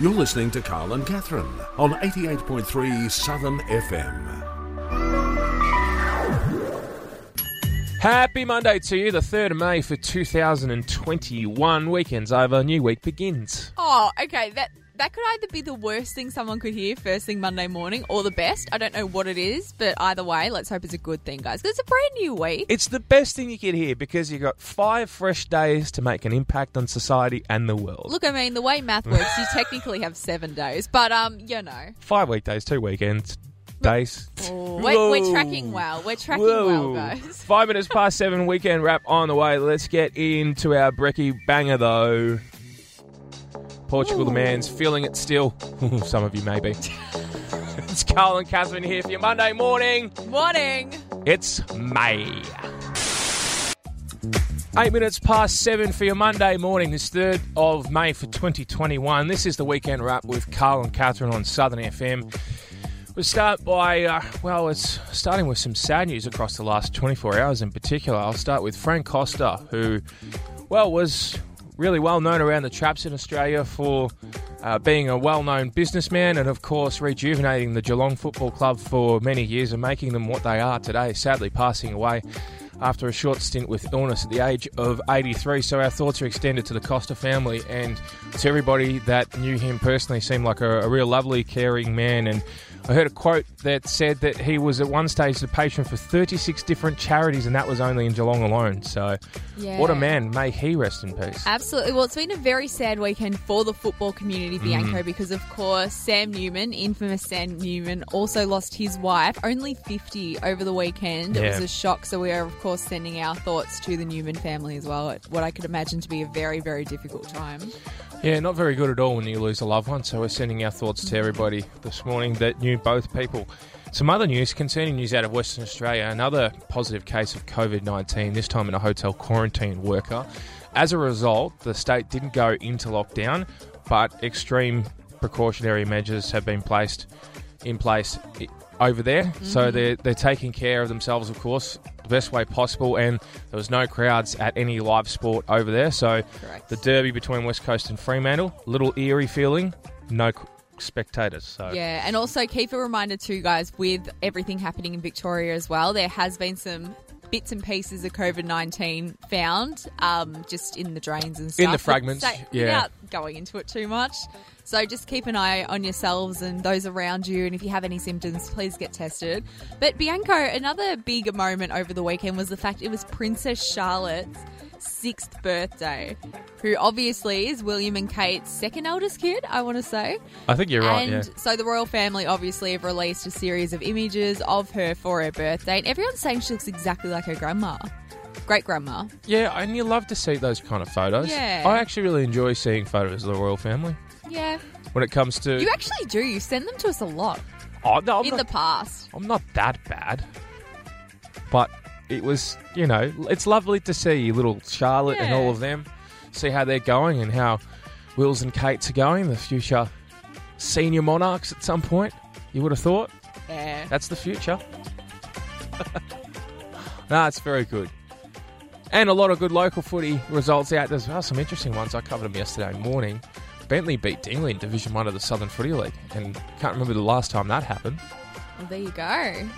You're listening to Carl and Catherine on 88.3 Southern FM. Happy Monday to you, the 3rd of May for 2021. Weekend's over, new week begins. Oh, okay. That that could either be the worst thing someone could hear first thing Monday morning, or the best. I don't know what it is, but either way, let's hope it's a good thing, guys. 'Cause it's a brand new week. It's the best thing you could hear because you've got five fresh days to make an impact on society and the world. Look, I mean, the way math works, you technically have seven days, but um, you know, Five weekdays, two weekends, days. we're, we're tracking well. We're tracking well, guys. Five minutes past seven, weekend wrap on the way. Let's get into our brekkie banger, though. Portugal the man's feeling it still. Some of you may be. it's Carl and Catherine here for your Monday morning. Morning. It's May. Eight minutes past seven for your Monday morning, this 3rd of May for 2021. This is the weekend wrap with Carl and Catherine on Southern FM. We start by, uh, well, it's starting with some sad news across the last 24 hours in particular. I'll start with Frank Costa, who, well, was really well known around the traps in Australia for uh, being a well known businessman and, of course, rejuvenating the Geelong Football Club for many years and making them what they are today, sadly passing away. After a short stint with illness at the age of 83, so our thoughts are extended to the Costa family and to everybody that knew him personally. Seemed like a, a real lovely, caring man, and I heard a quote that said that he was at one stage the patron for 36 different charities, and that was only in Geelong alone. So, Yeah. what a man! May he rest in peace. Absolutely. Well, it's been a very sad weekend for the football community, Bianco, because of course Sam Newman, infamous Sam Newman, also lost his wife, only 50 over the weekend. It Yeah. was a shock. So we are, of course, sending our thoughts to the Newman family as well at what I could imagine to be a very, very difficult time. Yeah, not very good at all when you lose a loved one. So we're sending our thoughts to everybody this morning that knew both people. Some other news, concerning news out of Western Australia, another positive case of COVID 19, this time in a hotel quarantine worker. As a result, the state didn't go into lockdown, but extreme precautionary measures have been placed in place i- over there. So they're, they're taking care of themselves, of course, the best way possible. And there was no crowds at any live sport over there. So Correct. the derby between West Coast and Fremantle, little eerie feeling, no c- spectators. So Yeah, and also keep a reminder too, guys, with everything happening in Victoria as well, there has been some bits and pieces of COVID nineteen found, um, just in the drains and stuff. the fragments, But say- yeah. Without going into it too much. So just keep an eye on yourselves and those around you, and if you have any symptoms, please get tested. But Bianco, another big moment over the weekend was the fact it was Princess Charlotte's sixth birthday, who obviously is William and Kate's second eldest kid, I want to say. I think you're right. And Yeah. so the royal family obviously have released a series of images of her for her birthday, and everyone's saying she looks exactly like her grandma, great grandma. yeah, and you love to see those kind of photos. Yeah. I actually really enjoy seeing photos of the royal family. Yeah, When it comes to. you actually do. You send them to us a lot oh, no, I'm in not- the past. I'm not that bad, but it was, you know, it's lovely to see little Charlotte and Yeah. all of them, see how they're going and how Wills and Kate's are going, the future senior monarchs at some point. You would have thought Yeah, that's the future. nah, it's very good. And a lot of good local footy results out. There's well, some interesting ones. I covered them yesterday morning. Bentley beat Dingley in Division 1 of the Southern Footy League, and can't remember the last time that happened. well, there you go.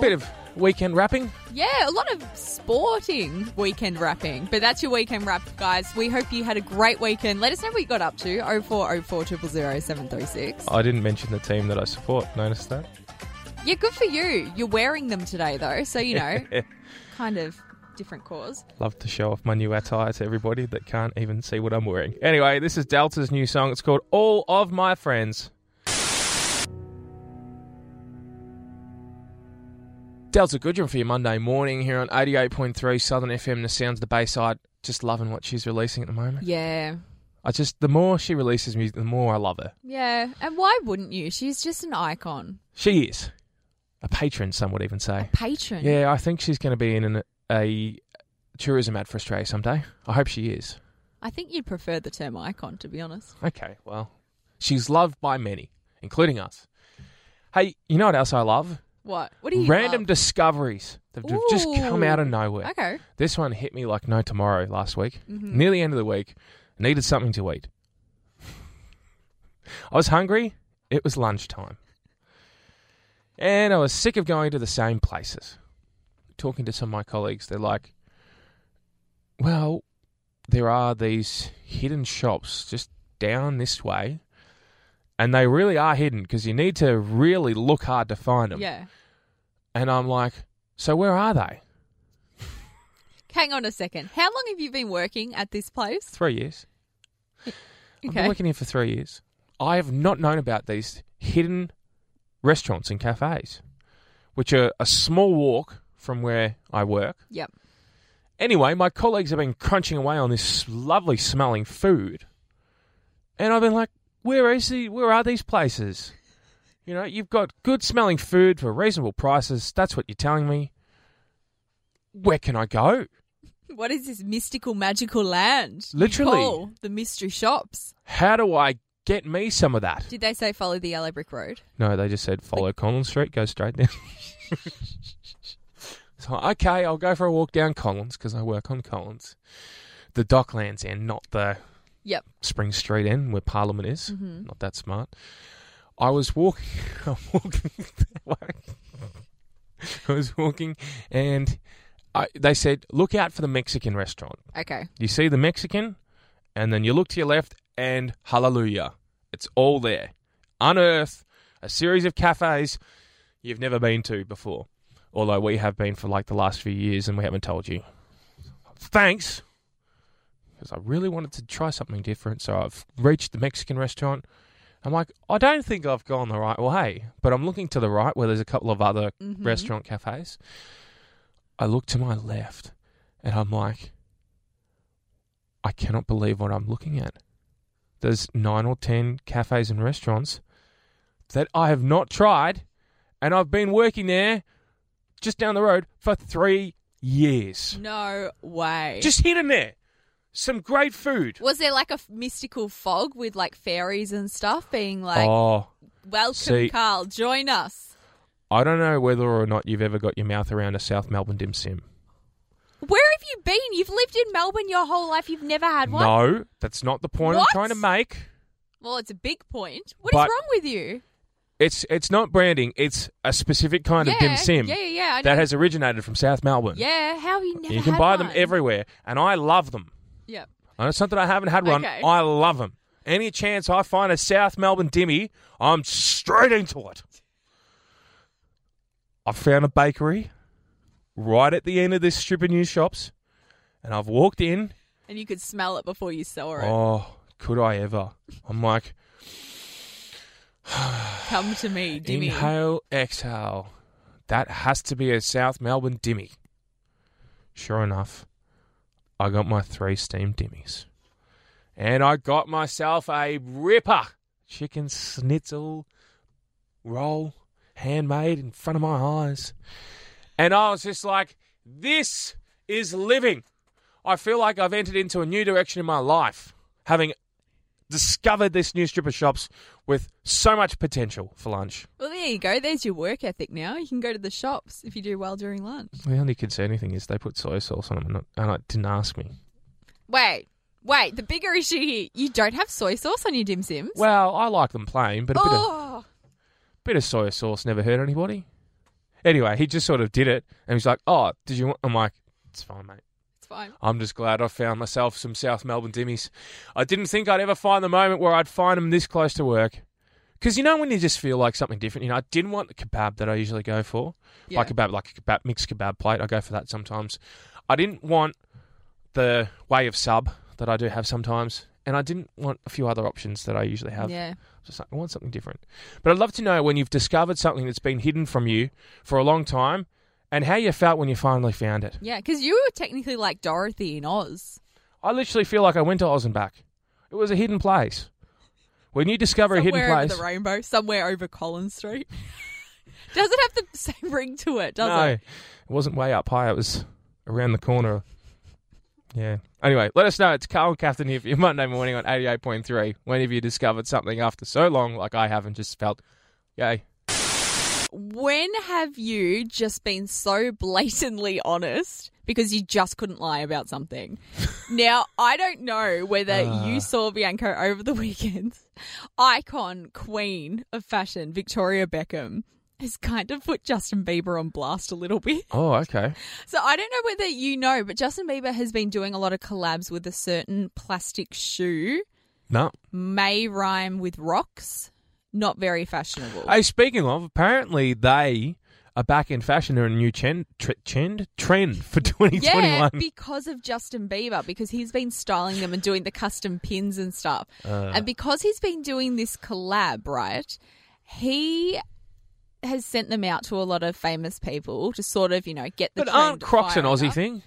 Bit of weekend wrapping. Yeah, a lot of sporting weekend wrapping, but that's your weekend wrap, guys. We hope you had a great weekend. Let us know what you got up to. Oh four oh four triple zero seven three six. I didn't mention the team that I support. Notice that? Yeah, good for you. You're wearing them today though, so you know, kind of different cause. Love to show off my new attire to everybody that can't even see what I'm wearing. Anyway, this is Delta's new song. It's called All of My Friends. Delta Goodrum for your Monday morning here on 88.3 Southern FM, the sounds of the Bayside. Just loving what she's releasing at the moment. Yeah. I just, the more she releases music, the more I love her. Yeah, and why wouldn't you? She's just an icon, She is a patron, some would even say. patron. Yeah, I think she's going to be in an, a tourism ad for Australia someday. I hope she is. I think you'd prefer the term icon, to be honest. Okay, well, she's loved by many, including us. Hey, you know what else I love? What? What do you Random love? discoveries that have just come Ooh. out of nowhere. Okay. This one hit me like no tomorrow last week. Near the end of the week, needed something to eat. I was hungry. It was lunchtime. And I was sick of going to the same places. Talking to some of my colleagues, they're like, well, there are these hidden shops just down this way. And they really are hidden because you need to really look hard to find them. Yeah. And I'm like, so where are they? Hang on a second. How long have you been working at this place? Three years. I've been Okay. working here for three years. I have not known about these hidden restaurants and cafes, which are a small walk from where I work. Yep. Anyway, my colleagues have been crunching away on this lovely smelling food, and I've been like, "Where is the? Where are these places? You know, you've got good smelling food for reasonable prices. That's what you're telling me. Where can I go? What is this mystical, magical land? you Literally. call the mystery shops. How do I get me some of that?" Did they say follow the yellow brick road? No, they just said follow Conlon Street, go straight down. so okay, I'll go for a walk down Collins because I work on Collins, the Docklands end, not the Yep. Spring Street end where Parliament is. Not that smart. I was walking. I'm walking. I was walking, and I, they said, "Look out for the Mexican restaurant." Okay. You see the Mexican, and then you look to your left, and hallelujah, it's all there. Unearth a series of cafes you've never been to before, although we have been for like the last few years, and we haven't told you. Thanks, because I really wanted to try something different. So I've reached the Mexican restaurant. I'm like, I don't think I've gone the right way, but I'm looking to the right where there's a couple of other Mhm. restaurant cafes. I look to my left, and I'm like, I cannot believe what I'm looking at. There's nine or ten cafes and restaurants that I have not tried, and I've been working there just down the road for three years. No way. Just hidden there. Some great food. was there like a f- mystical fog with like fairies and stuff being like, oh, welcome, see- Carl, join us? I don't know whether or not you've ever got your mouth around a South Melbourne dim sim. Where have you been? You've lived in Melbourne your whole life. You've never had one. No, that's not the point What? I'm trying to make. Well, it's a big point. What is But- wrong with you? It's it's not branding. It's a specific kind of Yeah, dim sim yeah, yeah, yeah, I know. that has originated from South Melbourne. Yeah, how have you never you can had buy them one? everywhere, and I love them. Yep. And it's not that I haven't had one. Okay. I love them. Any chance I find a South Melbourne dimmy, I'm straight into it. I found a bakery right at the end of this strip of new shops, and I've walked in. And you could smell it before you saw it. Oh, could I ever? I'm like, Come to me, Dimmy. Inhale, exhale. That has to be a South Melbourne dimmy. Sure enough, I got my three steamed dimmies. And I got myself a ripper chicken schnitzel roll, handmade in front of my eyes. And I was just like, this is living. I feel like I've entered into a new direction in my life, having discovered this new strip of shops with so much potential for lunch. Well, there you go. There's your work ethic now. You can go to the shops if you do well during lunch. The only concerning thing is they put soy sauce on them, and, not, and it didn't ask me. Wait, wait. The bigger issue here you don't have soy sauce on your dim sims. Well, I like them plain, but a bit of oh, bit of soy sauce never hurt anybody. Anyway, he just sort of did it, and he's like, "Oh, did you want?" I'm like, "It's fine, mate. it's fine. I'm just glad I found myself some South Melbourne dimmies. I didn't think I'd ever find the moment where I'd find them this close to work, because you know when you just feel like something different. You know, I didn't want the kebab that I usually go for. Yeah. like about like a kebab, mixed kebab plate. I go for that sometimes. I didn't want the way of sub that I do have sometimes, and I didn't want a few other options that I usually have. yeah. Just like, I want something different. But I'd love to know when you've discovered something that's been hidden from you for a long time, and how you felt when you finally found it. Yeah, because you were technically like Dorothy in Oz. I literally feel like I went to Oz and back. It was a hidden place. When you discover a hidden somewhere over place, the rainbow, somewhere over Collins Street. does it have the same ring to it, does no, it? wasn't way up high. It was around the corner. Yeah. Anyway, let us know. It's Carl and Catherine here for your Monday morning on 88.3. When have you discovered something after so long, like I haven't just felt, yay. When have you just been so blatantly honest because you just couldn't lie about something. now, I don't know whether Ah. you saw Bianco over the weekend. Icon, queen of fashion, Victoria Beckham, has kind of put Justin Bieber on blast a little bit. Oh, okay. So I don't know whether you know, but Justin Bieber has been doing a lot of collabs with a certain plastic shoe. No. May rhyme with rocks. Not very fashionable. Hey, speaking of, apparently they are back in fashion. They're a new trend, tr- trend, trend for 2021. Yeah, because of Justin Bieber, because he's been styling them and doing the custom pins and stuff. Uh. and because he's been doing this collab, right, he has sent them out to a lot of famous people to sort of, you know, get the but aren't trend Crocs an fired Aussie up. thing?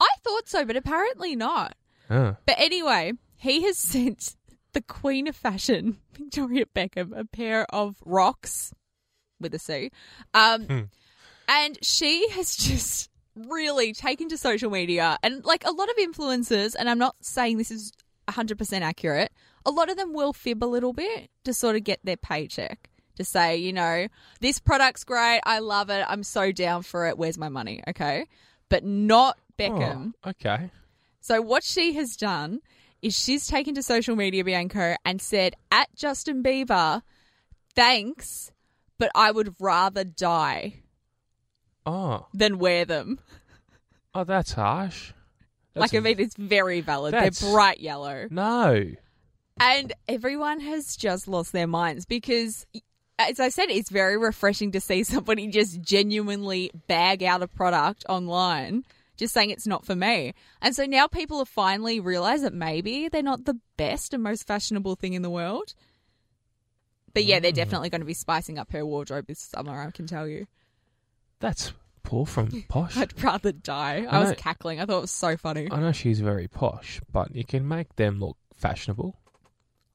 I thought so, but apparently not. Oh. But anyway, he has sent the queen of fashion, Victoria Beckham, a pair of rocks with a C. Um, And she has just really taken to social media and like a lot of influencers, and I'm not saying this is 100% accurate, a lot of them will fib a little bit to sort of get their paycheck. To say, you know, this product's great. I love it. I'm so down for it. Where's my money? Okay. But not Beckham. Oh, okay. So what she has done is she's taken to social media, Bianco, and said at Justin Bieber, thanks, but I would rather die Oh, than wear them. oh, that's harsh. That's like I mean, it's very valid. That's- They're bright yellow, no. and everyone has just lost their minds because. As I said, it's very refreshing to see somebody just genuinely bag out a product online, just saying it's not for me. And so now people have finally realized that maybe they're not the best and most fashionable thing in the world. But yeah, Mm. they're definitely going to be spicing up her wardrobe this summer, I can tell you. That's poor from Posh. I'd rather die. I I was know. cackling. I thought it was so funny. I know she's very posh, but you can make them look fashionable.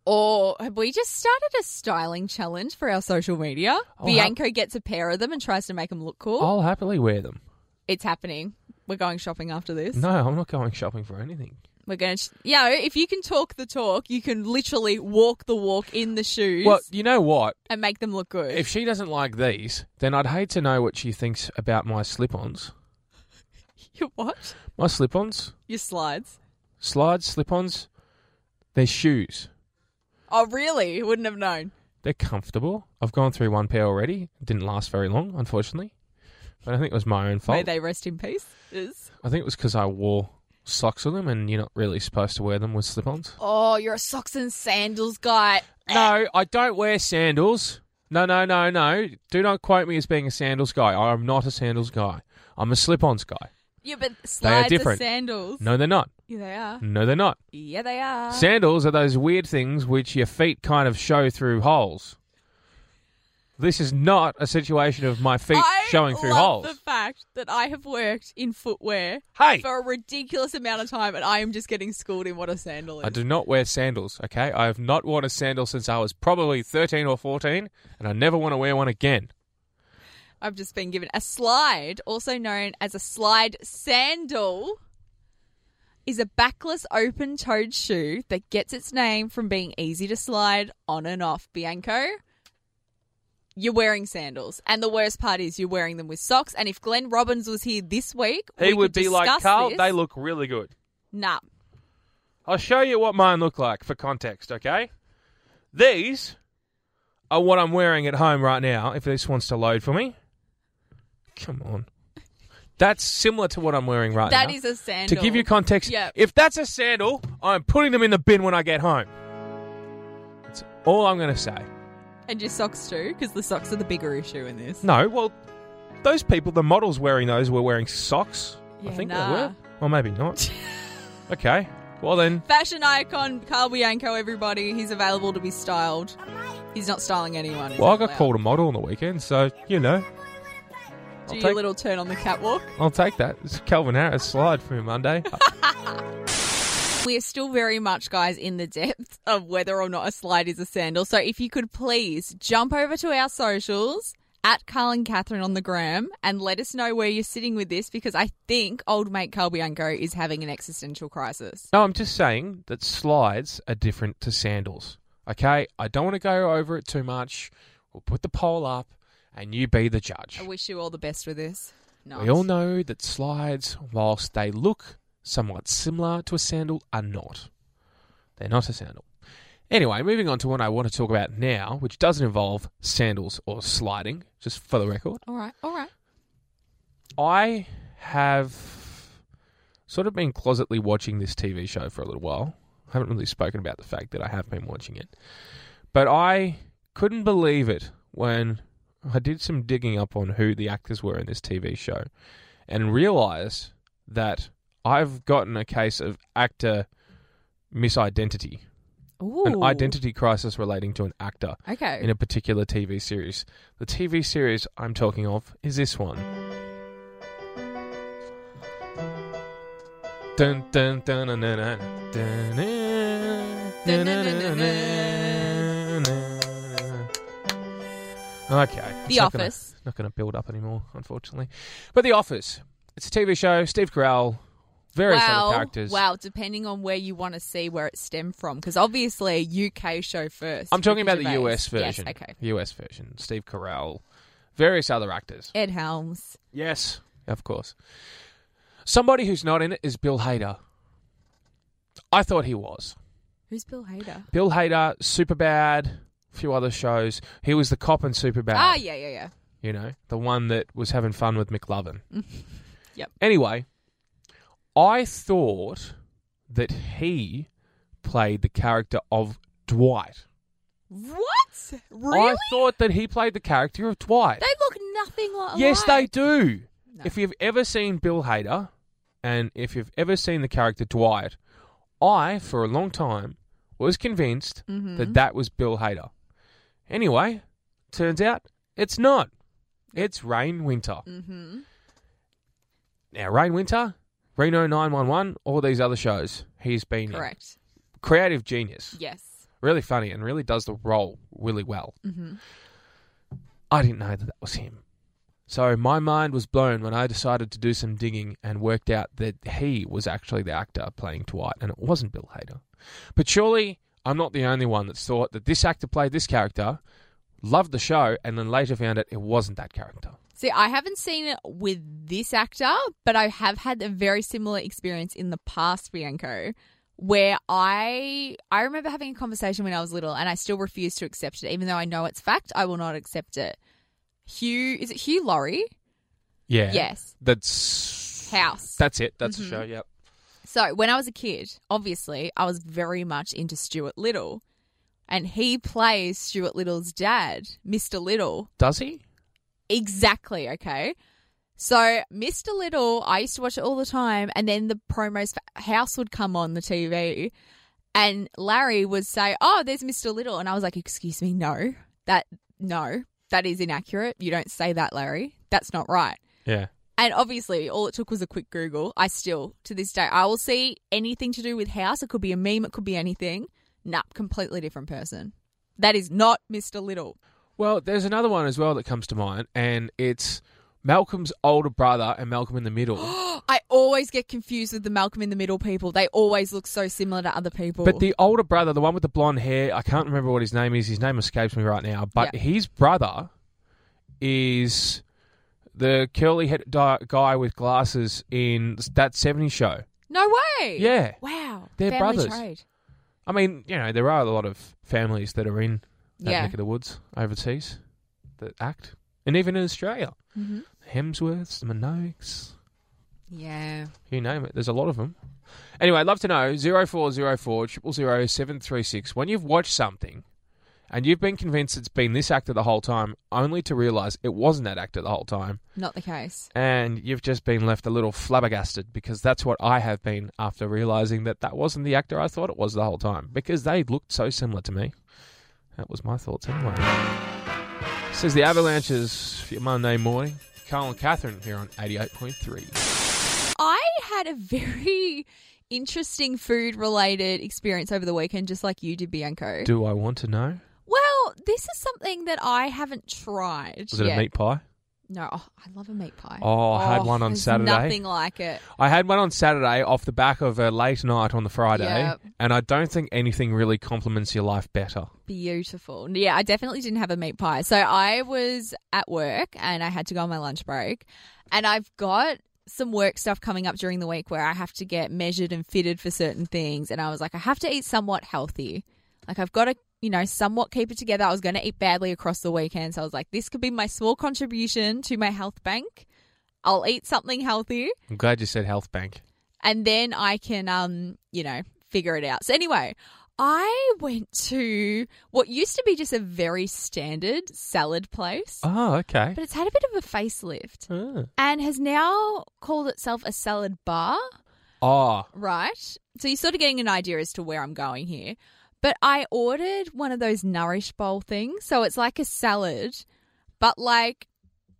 Or have we just started a styling challenge for our social media? Oh, Bianco gets a pair of them and tries to make them look cool. I'll happily wear them. It's happening. We're going shopping after this. No, I'm not going shopping for anything. We're going to, yeah, if you can talk the talk, you can literally walk the walk in the shoes Well, you know what? and make them look good. If she doesn't like these, then I'd hate to know what she thinks about my slip-ons. you what? My slip-ons, Your slides. slides, slip-ons, they're shoes. Oh, really? You Wouldn't have known. They're comfortable. I've gone through one pair already. It didn't last very long, unfortunately. But I think it was my own May fault. they rest in peace. Is- I think it was because I wore socks with them, and you're not really supposed to wear them with slip-ons. Oh, you're a socks and sandals guy. No, I don't wear sandals. No, no, no, no. Do not quote me as being a sandals guy. I'm not a sandals guy. I'm a slip-ons guy. Yeah, but slides are, different. sandals. No, they're not. Yeah, they are. No, they're not. Yeah, they are. Sandals are those weird things which your feet kind of show through holes. This is not a situation of my feet I showing through love holes. The fact that I have worked in footwear Hey! for a ridiculous amount of time, and I am just getting schooled in what a sandal is. I do not wear sandals, okay? I have not worn a sandal since I was probably 13 or 14, and I never want to wear one again. I've just been given a slide, also known as a slide sandal, is a backless open-toed shoe that gets its name from being easy to slide on and off. Bianco. You're wearing sandals, and the worst part is you're wearing them with socks. And if Glenn Robbins was here this week, He we would could be like, discuss Carl, this." they look really good. nah, I'll show you what mine look like for context, okay? These are what I'm wearing at home right now, if this wants to load for me. Come on. That's similar to what I'm wearing right that now. is a sandal. to give you context, Yeah. if that's a sandal, I'm putting them in the bin when I get home. That's all I'm going to say. And your socks too, because the socks are the bigger issue in this. No, well, those people, the models wearing those, were wearing socks. Yeah, I think nah. they were. Well, maybe not. okay. Well, then, Fashion icon Carl Bianco, everybody. He's available to be styled. He's not styling anyone. is well, I he, got Lau? called a model on the weekend, so, you know. I'll Do take- your little turn on the catwalk. I'll take that. It's Calvin Harris slide for Monday. We are still very much, guys, in the depth of whether or not a slide is a sandal. So if you could please jump over to our socials at Carl and Catherine on the gram and let us know where you're sitting with this because I think old mate Carl Bianco is having an existential crisis. no, I'm just saying that slides are different to sandals. Okay, I don't want to go over it too much. We'll put the poll up, and you be the judge. I wish you all the best with this. Nice. We all know that slides, whilst they look somewhat similar to a sandal, are not. They're not a sandal. Anyway, moving on to one I want to talk about now, which doesn't involve sandals or sliding, just for the record. All right, all right. I have sort of been closetly watching this TV show for a little while. I haven't really spoken about the fact that I have been watching it. But I couldn't believe it when I did some digging up on who the actors were in this TV show and realized that I've gotten a case of actor misidentity, Ooh. an identity crisis relating to an actor Okay. in a particular TV series. The TV series I'm talking of is this one. Dun, dun, dun, dun, dun, dun, dun, dun, dun, dun, dun, dun. Okay. it's the not gonna- Office. not going to build up anymore, unfortunately. But The Office. It's a TV show. Steve Carell, very wow, funny characters. wow. Depending on where you want to see where it stemmed from, because obviously UK show first. I'm talking about Ricky the Gervais. US version. Yes, okay. US version. Steve Carell, various other actors. Ed Helms. Yes. Of course. Somebody who's not in it is Bill Hader. I thought he was. Who's Bill Hader? Bill Hader, Superbad, a few other shows. He was the cop in Superbad. Ah, yeah, yeah, yeah. You know, the one that was having fun with McLovin. Yep. Anyway, I thought that he played the character of Dwight. What? Really? I thought that he played the character of Dwight. They look nothing like. yes, they alike. do. No. If you've ever seen Bill Hader and if you've ever seen the character Dwight, I, for a long time, was convinced Mhm. that that was Bill Hader. Anyway, turns out it's not. It's Rain Winter. Mhm. Now, Rain Winter, Reno 911, all these other shows he's been in. Correct. Creative genius. Yes. Really funny and really does the role really well. Mhm. I didn't know that that was him. So my mind was blown when I decided to do some digging and worked out that he was actually the actor playing Dwight and it wasn't Bill Hader. But surely I'm not the only one that thought that this actor played this character, loved the show, and then later found out it wasn't that character. See, I haven't seen it with this actor, but I have had a very similar experience in the past, Bianco, where I I remember having a conversation when I was little and I still refuse to accept it, even though I know it's fact, I will not accept it. Hugh is it Hugh Laurie? Yeah. Yes. That's House. Mm-hmm. That's it. That's the show, yep. So when I was a kid, obviously, I was very much into Stuart Little. And he plays Stuart Little's dad, Mr. Little. Does he? Exactly. Okay. So, Mr. Little, I used to watch it all the time, and then the promos for House would come on the TV, and Larry would say, "Oh, there's Mr. Little," and I was like, "Excuse me, no, that no, that is inaccurate. You don't say that, Larry. That's not right." Yeah. And obviously, all it took was a quick Google. I still, to this day, I will see anything to do with House. It could be a meme. It could be anything. Nah, completely different person. That is not Mr. Little. Well, there's another one as well that comes to mind, and it's Malcolm's older brother and Malcolm in the Middle. I always get confused with the Malcolm in the Middle people. They always look so similar to other people. but the older brother, the one with the blonde hair, I can't remember what his name is. His name escapes me right now. But Yeah. his brother is the curly head di- guy with glasses in that 70s show. no way. Yeah. Wow. They're Family brothers. Trade. I mean, you know, there are a lot of families that are in that Yeah. neck of the woods overseas that act, and even in Australia. Mhm. The Hemsworths, the Minogues, Yeah. You name it. There's a lot of them. Anyway, I'd love to know 0404 000 736. When you've watched something and you've been convinced it's been this actor the whole time, only to realise it wasn't that actor the whole time, Not the case. and you've just been left a little flabbergasted because that's what I have been after realising that that wasn't the actor I thought it was the whole time because they looked so similar to me. That was my thoughts anyway. Says the Avalanches for your Monday morning. Carl and Catherine here on 88.3. I had a very interesting food related experience over the weekend, just like you did, Bianco. Do I want to know? well, this is something that I haven't tried. Was it yet. a meat pie? No, oh, I love a meat pie. Oh, I had one on there's Saturday. Nothing like it. I had one on Saturday off the back of a late night on the Friday, Yep. and I don't think anything really complements your life better. Beautiful. Yeah, I definitely didn't have a meat pie. So I was at work and I had to go on my lunch break. And I've got some work stuff coming up during the week where I have to get measured and fitted for certain things. And I was like, I have to eat somewhat healthy. Like, I've got to, you know, somewhat keep it together. I was going to eat badly across the weekend. So I was like, this could be my small contribution to my health bank. I'll eat something healthy I'm glad you said health bank. and then I can, um, you know, figure it out. So anyway, I went to what used to be just a very standard salad place, Oh, okay. but it's had a bit of a facelift Ah. and has now called itself a salad bar, Oh, right? So you're sort of getting an idea as to where I'm going here. But I ordered one of those nourish bowl things, so it's like a salad, but like,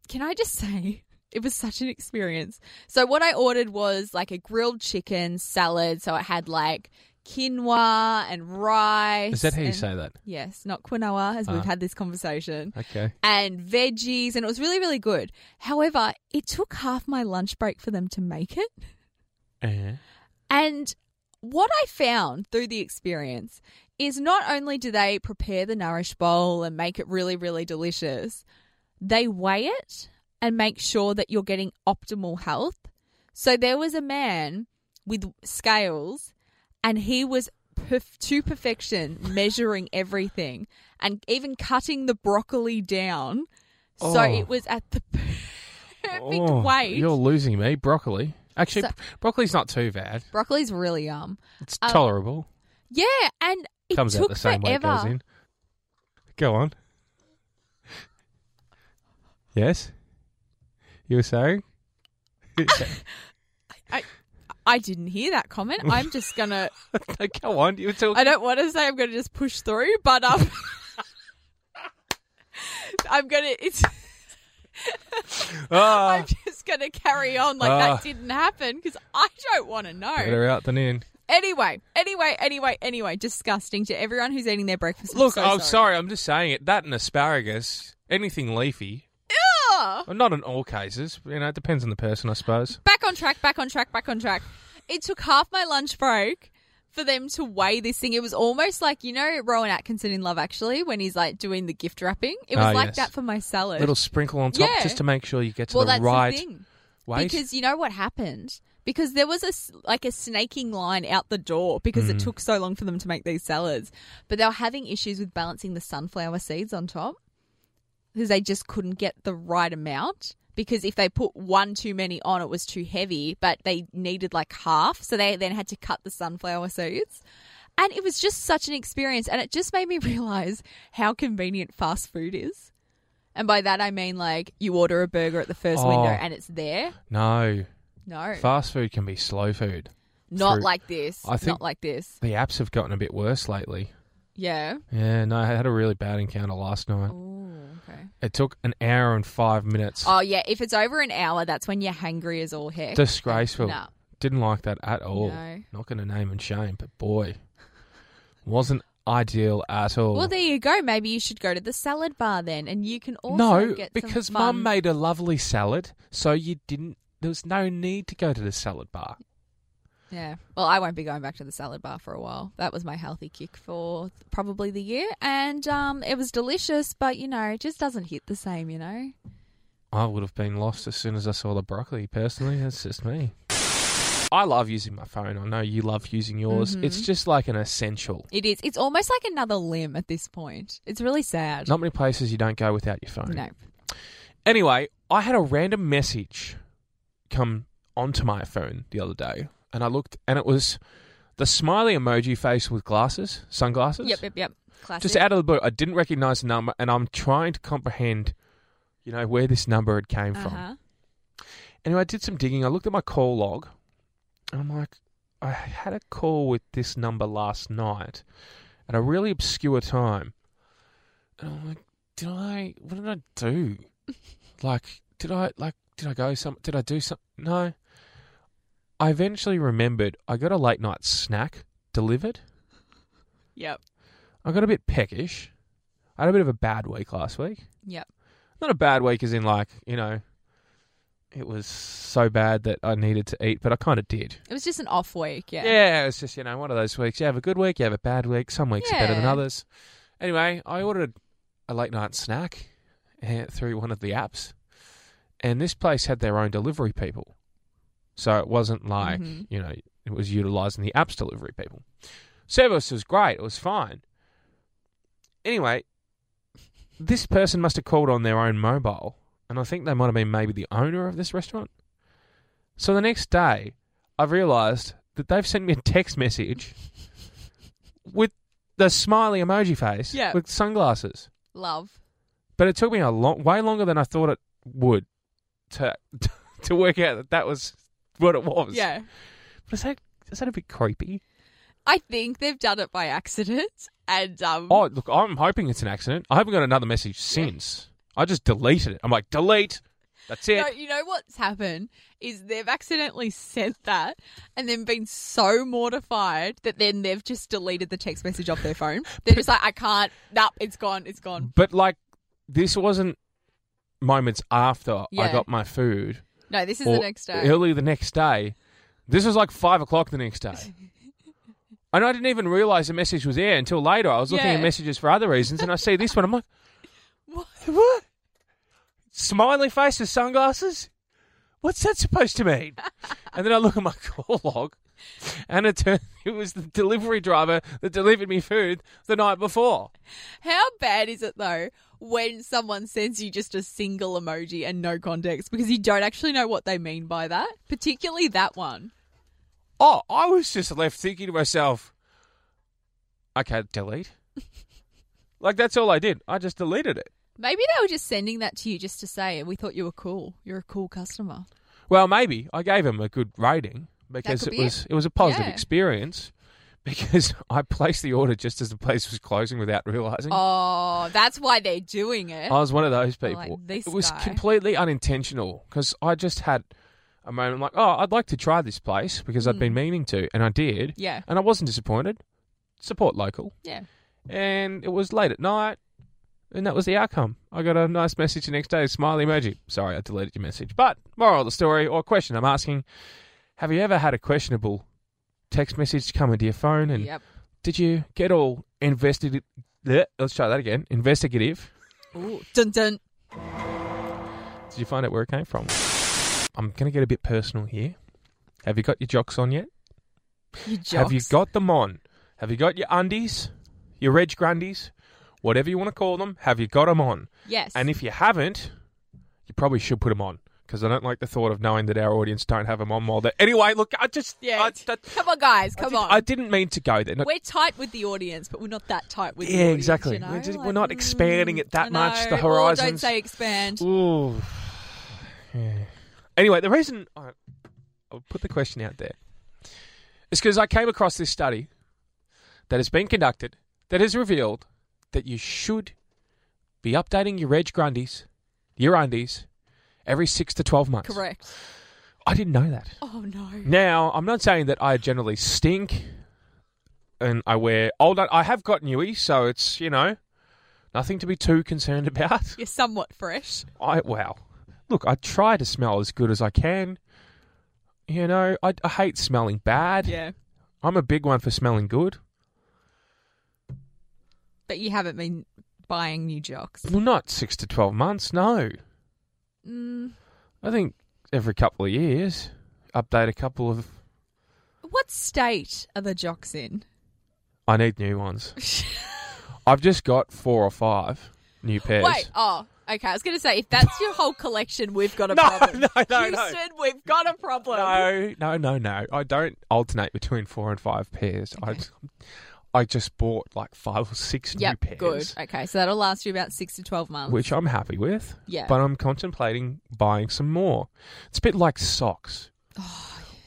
can I just say? It was such an experience. So what I ordered was like a grilled chicken salad. So it had like quinoa and rice. is that how you and- say that? Yes, not quinoa, as Ah. we've had this conversation. Okay. And veggies, and it was really, really good. However, it took half my lunch break for them to make it. Uh-huh. And what I found through the experience is not only do they prepare the nourish bowl and make it really, really delicious, they weigh it and make sure that you're getting optimal health. So there was a man with scales and he was perf- to perfection measuring everything and even cutting the broccoli down. So Oh. it was at the perfect Oh, weight. You're losing me. Broccoli. Actually, So- bro- broccoli's not too bad. Broccoli's really yum. It's Um, tolerable. Yeah, and it Comes took out the same forever. way it goes in. Go on. Yes? You were saying? I didn't hear that comment. I'm just gonna. No, go on. You were talking. I don't want to say I'm gonna just push through, but um, I'm gonna. It's. Ah, I'm just gonna carry on like Ah. that didn't happen because I don't want to know. better out than in. Anyway, anyway, anyway, anyway. Disgusting to everyone who's eating their breakfast. Look, I'm so I'm sorry. I'm just saying it. That and asparagus, anything leafy. Ah. Well, not in all cases. You know, it depends on the person, I suppose. Back on track. Back on track. Back on track. It took half my lunch break. For them to weigh this thing, it was almost like you know Rowan Atkinson in Love Actually when he's like doing the gift wrapping. It was Ah, like yes. that for my salad. Little sprinkle on top Yeah. just to make sure you get to well, the that's right the thing. weight. Because you know what happened? Because there was a s- like a snaking line out the door because it took so long for them to make these salads. But they were having issues with balancing the sunflower seeds on top because they just couldn't get the right amount. Because if they put one too many on, it was too heavy. But they needed like half, so they then had to cut the sunflower seeds. And it was just such an experience, and it just made me realize how convenient fast food is. And by that I mean like you order a burger at the first Oh. window and it's there. no, No, fast food can be slow food. not fruit. like this. I think- not like this. The apps have gotten a bit worse lately. Yeah. Yeah, no, I had a really bad encounter last night. Oh, okay. It took an hour and five minutes. Oh yeah. If it's over an hour, that's when you're hangry as all heck. Disgraceful. No. Didn't like that at all. No. Not going to name and shame, but boy, wasn't ideal at all. Well, there you go. Maybe you should go to the salad bar then, and you can also no, get because some fun. mum made a lovely salad, so you didn't. There was no need to go to the salad bar. Yeah. Well, I won't be going back to the salad bar for a while. That was my healthy kick for probably the year, and um, it was delicious, but you know, it just doesn't hit the same. You know. I would have been lost as soon as I saw the broccoli. Personally, that's just me. I love using my phone. I know you love using yours. It's Mm-hmm. just like an essential. It is. It's almost like another limb at this point. It's really sad. Not many places you don't go without your phone. No. Anyway, I had a random message come onto my phone the other day, and I looked, and it was the smiley emoji face with glasses, sunglasses. Yep. Yep. Yep. Classic. Just out of the blue, I didn't recognize the number, and I'm trying to comprehend, you know, where this number had came from. uh-huh. Anyway, I did some digging. I looked at my call log, and I'm like, I had a call with this number last night at a really obscure time. And I'm like, did I, what did I do? like, did I, like, did I go some, did I do some? No. I eventually remembered I got a late night snack delivered. Yep. I got a bit peckish. I had a bit of a bad week last week. Yep. Not a bad week, as in like you know, it was so bad that I needed to eat, but I kind of did. It was just an off week, yeah. Yeah, it's just you know one of those weeks. You have a good week, you have a bad week. Some weeks are better than Yeah. others. Anyway, I ordered a late night snack eh, through one of the apps, and this place had their own delivery people, so it wasn't like Mhm. you know it was utilizing the app's delivery people. Service was great; it was fine. Anyway, this person must have called on their own mobile, and I think they might have been maybe the owner of this restaurant. So the next day, I've realised that they've sent me a text message with the smiley emoji face Yeah. with sunglasses. Love. But it took me a long, way longer than I thought it would to to work out that that was what it was. Yeah. But is that is that a bit creepy? I think they've done it by accident. And um Oh, look, I'm hoping it's an accident. I haven't got another message since. I just deleted it. I'm like, delete. That's it. no, you know what's happened is they've accidentally sent that and then been so mortified that then they've just deleted the text message off their phone. They're just like, I can't. Nope, it's gone. It's gone. But like, this wasn't moments after I Yeah. got my food. No, this is or the next day. Early the next day. This was like five o'clock the next day. And I didn't even realize the message was there until later. I was looking at Yeah. messages for other reasons and I see this one. I'm like, What? what? Smiley face with sunglasses? What's that supposed to mean? and then I look at my call log and it, turned, it was the delivery driver that delivered me food the night before. How bad is it though when someone sends you just a single emoji and no context because you don't actually know what they mean by that, particularly that one. Oh, I was just left thinking to myself, okay, delete. like, that's all I did. I just deleted it. Maybe they were just sending that to you just to say, we thought you were cool. You're a cool customer. Well, maybe I gave him a good rating because could it be was it. was a positive Yeah. experience because I placed the order just as the place was closing without realizing. Oh, that's why they're doing it. I was one of those Like people. this it was guy. completely unintentional because I just had a moment like, oh, I'd like to try this place because I'd been meaning to, and I did, Hmm. Yeah. and I wasn't disappointed. Support local, Yeah. and it was late at night, and that was the outcome. I got a nice message the next day, smiley emoji. Sorry, I deleted your message. But moral of the story or question I'm asking: Have you ever had a questionable text message come into your phone, and Yep. did you get all invested? Let's try that again. Investigative. Ooh. Dun dun. Did you find out where it came from? I'm going to get a bit personal here. Have you got your jocks on yet? You jocks. Have you got them on? Have you got your undies? Your Reg Grundies? Whatever you want to call them, have you got them on? Yes. And if you haven't, you probably should put them on because I don't like the thought of knowing that our audience don't have them on while they Anyway, look, I just. yeah. I, that- come on, guys. I Come did- on. I didn't mean to go there. No- we're tight with the audience, but we're not that tight with the Yeah, audience, exactly. you know? We're just- we're Like, not expanding it that I much, know. the Oh, don't horizons. say expand. Ooh. Yeah. Anyway, the reason I, I'll put the question out there is because I came across this study that has been conducted that has revealed that you should be updating your Reg Grundies, your undies, every six to 12 months. Correct. I didn't know that. Oh no. Now, I'm not saying that I generally stink and I wear old. I have got newie, so it's, you know, nothing to be too concerned about. You're somewhat fresh. I wow. Look, I try to smell as good as I can. You know, I, I hate smelling bad. Yeah. I'm a big one for smelling good. But you haven't been buying new jocks. Well, not six to twelve months. No, Mm. I think every couple of years, update a couple of. What state are the jocks in? I need new ones. I've just got four or five new pairs. Wait, oh, okay. I was going to say, if that's your whole collection, we've got a No, problem. no, no, no. Houston, we've got a problem. No, no, no, no. I don't alternate between four and five pairs. I, I just bought like five or six Yep, new pairs. good. Okay, so that'll last you about six to 12 months. which I'm happy with. Yeah. But I'm contemplating buying some more. It's a bit like Oh, socks.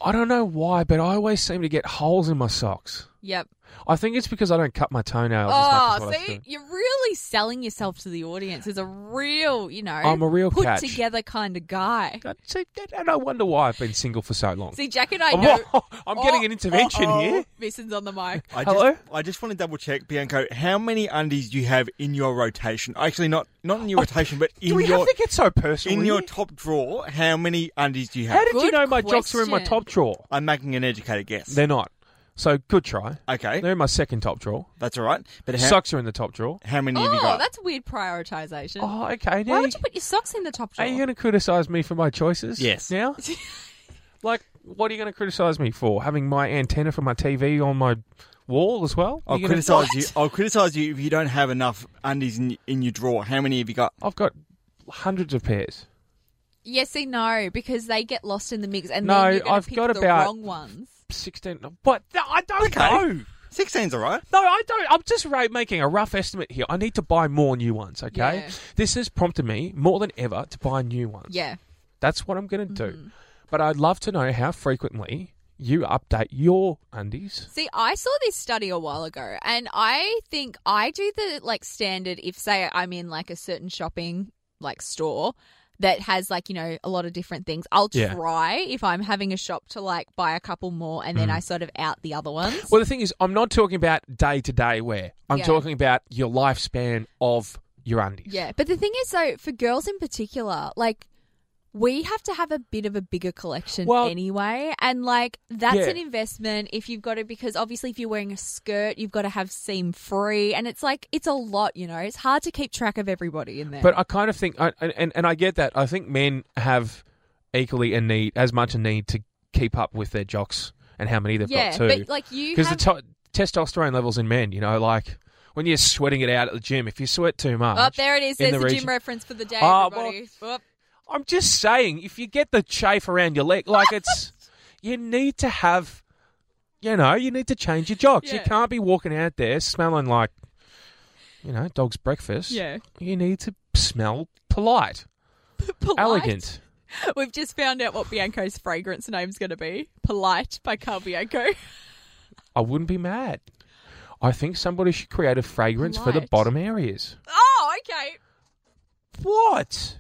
I don't know why, but I always seem to get holes in my socks. yep. I think it's because I don't cut my toenails as Oh, much as what I see, should. you're really selling yourself to the audience as a real, you know, I'm a real put catch. together kind of guy. God, see, that- and I wonder why I've been single for so long. See, Jack and I Oh, know. I'm getting an intervention oh, here. Mason's on the mic. I Hello? Just, I just want to double check, Bianco. How many undies do you have in your rotation? Actually, not not in your rotation, but in Oh, Do we your have to get so personal? in your here? top drawer. How many undies do you How have? did you Good know my jocks were in my question. top drawer? I'm making an educated guess. They're not. So good try. okay, They're in my second top drawer. that's all right. But how, Socks are in the top drawer. how many have you Oh, got? that's weird prioritization. Oh, okay. Now Why you- would you put your socks in the top drawer? are you going to criticise me for my choices? Yes. Now, like, what are you going to criticise me for? Having my antenna for my TV on my wall as well? I'll You're gonna- criticize What? you. I'll criticize you if you don't have enough undies in, in your drawer. How many have you got? I've got hundreds of pairs. Yes and no, because they get lost in the mix, and No, then you're gonna I've pick got the about- wrong ones. Sixteen. What? No, I don't Okay. know. Sixteen's all right. No, I don't. I'm just ra- making a rough estimate here. I need to buy more new ones. Okay. Yeah. This has prompted me more than ever to buy new ones. Yeah, That's what I'm going to Mm-hmm. do. But I'd love to know how frequently you update your undies. See, I saw this study a while ago, and I think I do the like standard. If say I'm in like a certain shopping like store that has like you know a lot of different things, I'll Yeah. try if I'm having a shop to like buy a couple more, and then I sort of out the other ones. Well, the thing is, I'm not talking about day to day wear. I'm Yeah. talking about your lifespan of your undies. yeah, but the thing is though, for girls in particular, like. We have to have a bit of a bigger collection Well- anyway. And like, that's Yeah. an investment if you've got it, because obviously, if you're wearing a skirt, you've got to have seam free. And it's like, it's a lot, you know, it's hard to keep track of everybody in there. But I kind of think, I, and- and, and I get that. I think men have equally a need, as much a need to keep up with their jocks and how many they've yeah, got too. but like you Because have, the to- testosterone levels in men, you know, like when you're sweating it out at the gym, if you sweat too much. oh, there it is. in There's the the, region- gym reference for the day, Oh, well- everybody. Whoop. I'm just saying, if you get the chafe around your leg, like it's, you need to have, you know, you need to change your jocks. You Yeah. can't be walking out there smelling like, you know, dog's breakfast. Yeah. You need to smell polite, Polite. elegant. We've just found out what Bianco's fragrance name's going to be. Polite by Carl Bianco. I wouldn't be mad. I think somebody should create a fragrance for the Polite. bottom areas. oh, okay. What?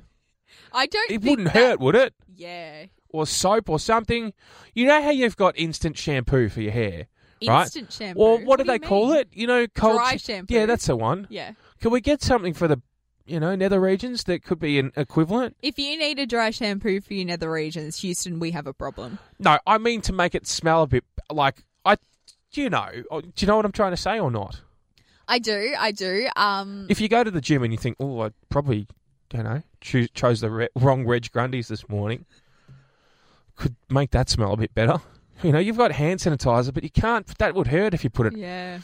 I don't. It think wouldn't that- hurt, would it? Yeah. Or soap or something. You know how you've got instant shampoo for your hair, right? Instant shampoo. Or what, do you they call mean? it? You know, cold Dry sh- shampoo. Yeah, that's the one. Yeah. Can we get something for the, you know, nether regions that could be an equivalent? If you need a dry shampoo for your nether regions, Houston, we have a problem. No, I mean to make it smell a bit like I, you know, oh, do you know what I'm trying to say or not? I do. I do. Um. If you go to the gym and you think, oh, I probably, don't know, choose, chose the re- wrong Reg Grundy's this morning, could make that smell a bit better. You know, you've got hand sanitizer, but you can't. That would hurt if you put it. Yeah.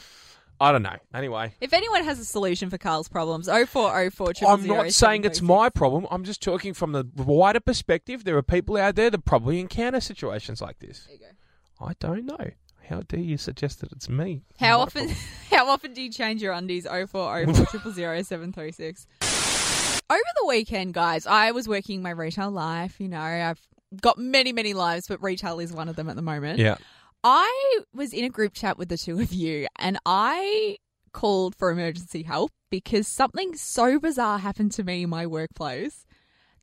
I don't know. Anyway, If anyone has a solution for Carl's problems, oh four oh four. I'm not saying it's my problem. I'm just talking from the wider perspective. There are people out there that probably encounter situations like this. you go. I don't know. How dare you suggest that it's me? How My often? problem. How often do you change your undies? Oh four oh four triple zero seven three six. Over the weekend, guys, I was working my retail life. You know, I've got many, many lives, but retail is one of them at the moment. Yeah. I was in a group chat with the two of you, and I called for emergency help because something so bizarre happened to me in my workplace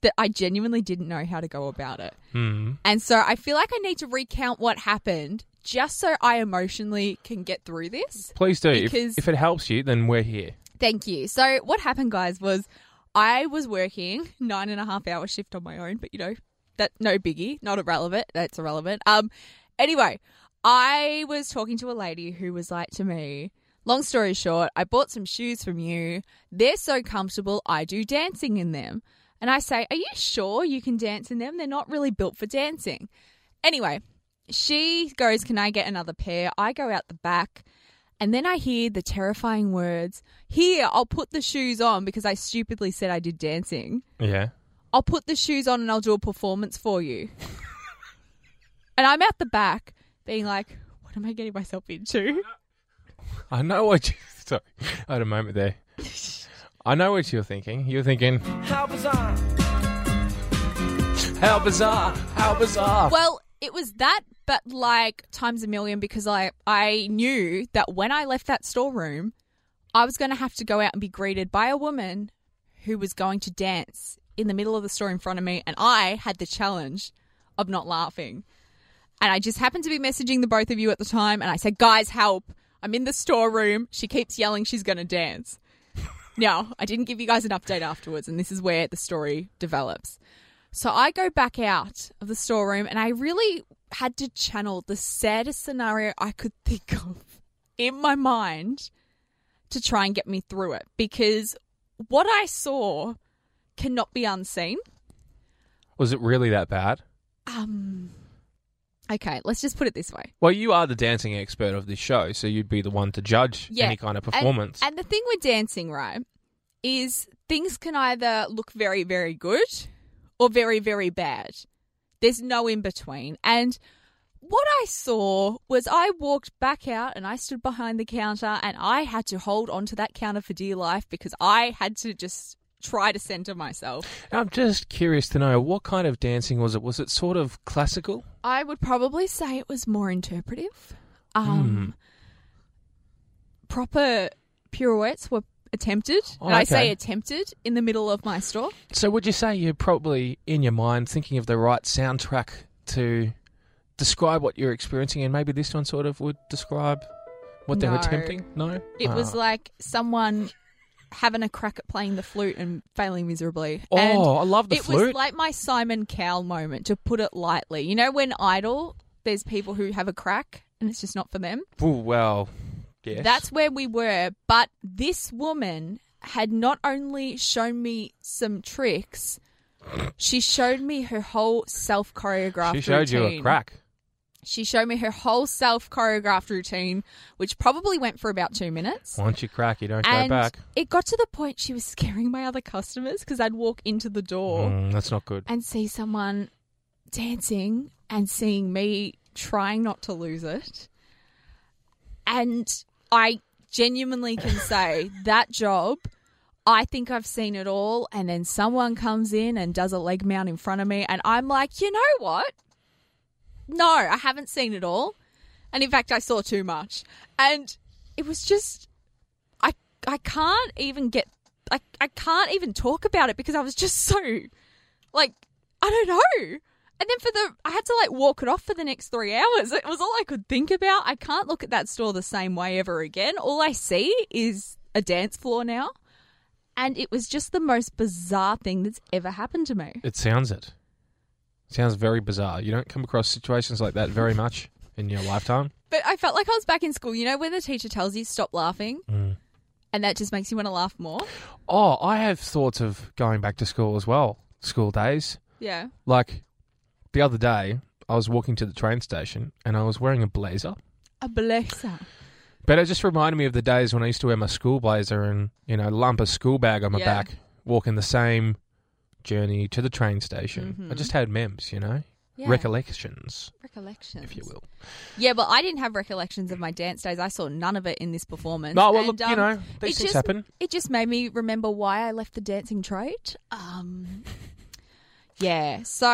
that I genuinely didn't know how to go about it. Hmm. And so I feel like I need to recount what happened just so I emotionally can get through this. Please do. If, Because- if it helps you, then we're here. Thank you. So what happened, guys, was I was working nine and a half hour shift on my own, but you know that no biggie, not irrelevant. That's irrelevant. Um, anyway, I was talking to a lady who was like to me. Long story short, I bought some shoes from you. They're so comfortable. I do dancing in them, and I say, "Are you sure you can dance in them? They're not really built for dancing." Anyway, she goes, Can I get another pair? I go out the back. And then I hear the terrifying words, Here, I'll put the shoes on because I stupidly said I did dancing. Yeah. I'll put the shoes on and I'll do a performance for you. and I'm out the back being like, What am I getting myself into? I know what you. Sorry. I had a moment there. I know what you're thinking. You're thinking. How bizarre. How bizarre. How bizarre. Well, it was that but like times a million because I I knew that when I left that storeroom, I was going to have to go out and be greeted by a woman who was going to dance in the middle of the store in front of me, and I had the challenge of not laughing. And I just happened to be messaging the both of you at the time, and I said, "Guys, help! I'm in the storeroom. She keeps yelling she's going to dance." now, I didn't give you guys an update afterwards, and this is where the story develops. So I go back out of the storeroom and I really had to channel the saddest scenario I could think of in my mind to try and get me through it because what I saw cannot be unseen. Was it really that bad? Um okay, let's just put it this way. Well, you are the dancing expert of this show, so you'd be the one to judge Yeah. any kind of And- performance. And, the thing with dancing, right, is things can either look very, very good or very, very bad. There's no in between. And what I saw was I walked back out and I stood behind the counter and I had to hold onto that counter for dear life because I had to just try to center myself. I'm just curious to know what kind of dancing was it? Was it sort of classical? I would probably say it was more interpretive. Um, Proper pirouettes were attempted. Hmm. Oh, and I say okay. attempted in the middle of my store. So would you say you're probably in your mind thinking of the right soundtrack to describe what you're experiencing, and maybe this one sort of would describe what they were No. attempting? No, It was Ah. like someone having a crack at playing the flute and failing miserably. Oh, and I love the it was flute. like my Simon Cowell moment, to put it lightly. You know, when Idol, there's people who have a crack and it's just not for them. Ooh, well, yes. That's where we were. But this woman had not only shown me some tricks, she showed me her whole self choreographed she showed you a crack. She showed me her whole self choreographed routine, which probably went for about two minutes. Once you crack, you don't and go back. it got to the point she was scaring my other customers because I'd walk into the door Mm, that's not good. and see someone dancing and seeing me trying not to lose it. And I genuinely can say that job, I think I've seen it all. And then someone comes in and does a leg mount in front of me. And I'm like, you know what? No, I haven't seen it all. And in fact, I saw too much. And it was just, I, I can't even get. I, I can't even talk about it because I was just so like I don't know. And then for the I had to like walk it off for the next three hours. It was all I could think about. I can't look at that store the same way ever again. All I see is a dance floor now. And it was just the most bizarre thing that's ever happened to me. It sounds it. Sounds very bizarre. You don't come across situations like that very much in your lifetime. But I felt like I was back in school. You know when the teacher tells you stop laughing? And that just makes you want to laugh more? Mm. Oh, I have thoughts of going back to school as well. School days. Yeah. Like the other day, I was walking to the train station and I was wearing a blazer. A blazer. But it just reminded me of the days when I used to wear my school blazer and, you know, lump a school bag on my Yeah. back, walking the same journey to the train station. I just had memes, you know, Mm-hmm. Yeah. recollections, recollections. if you will. Yeah, but I didn't have recollections of my dance days. I saw none of it in this performance. No, well, And, look, you um, know, these it things just, happen. It just made me remember why I left the dancing trade. Um, yeah, so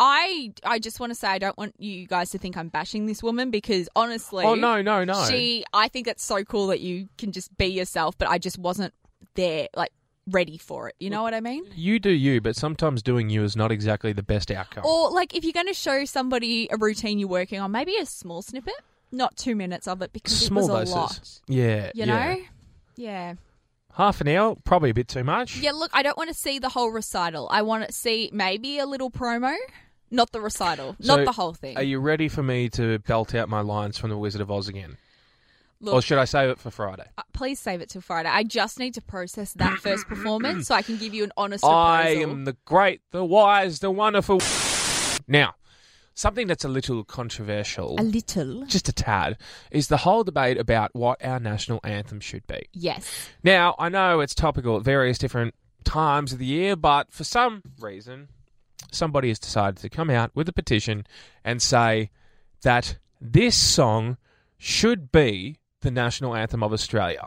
I I just want to say I don't want you guys to think I'm bashing this woman because honestly, Oh, no, no, no. she I think it's so cool that you can just be yourself, but I just wasn't there like ready for it. You know what I mean? You do you, but sometimes doing you is not exactly the best outcome. Or like if you're going to show somebody a routine you're working on, maybe a small snippet, not two minutes of it because Small it was doses. a lot. yeah. You yeah. know? Yeah. Half an hour, probably a bit too much. Yeah, look, I don't want to see the whole recital. I want to see maybe a little promo, not the recital, So, not the whole thing. Are you ready for me to belt out my lines from The Wizard of Oz again? look, or should I save it for Friday? uh, please save it till Friday. I just need to process that first performance so I can give you an honest I appraisal. am the great, the wise, the wonderful. Now, something that's a little controversial, a little. just a tad, is the whole debate about what our national anthem should be. Yes. Now, I know it's topical at various different times of the year, but for some reason, somebody has decided to come out with a petition and say that this song should be the national anthem of Australia.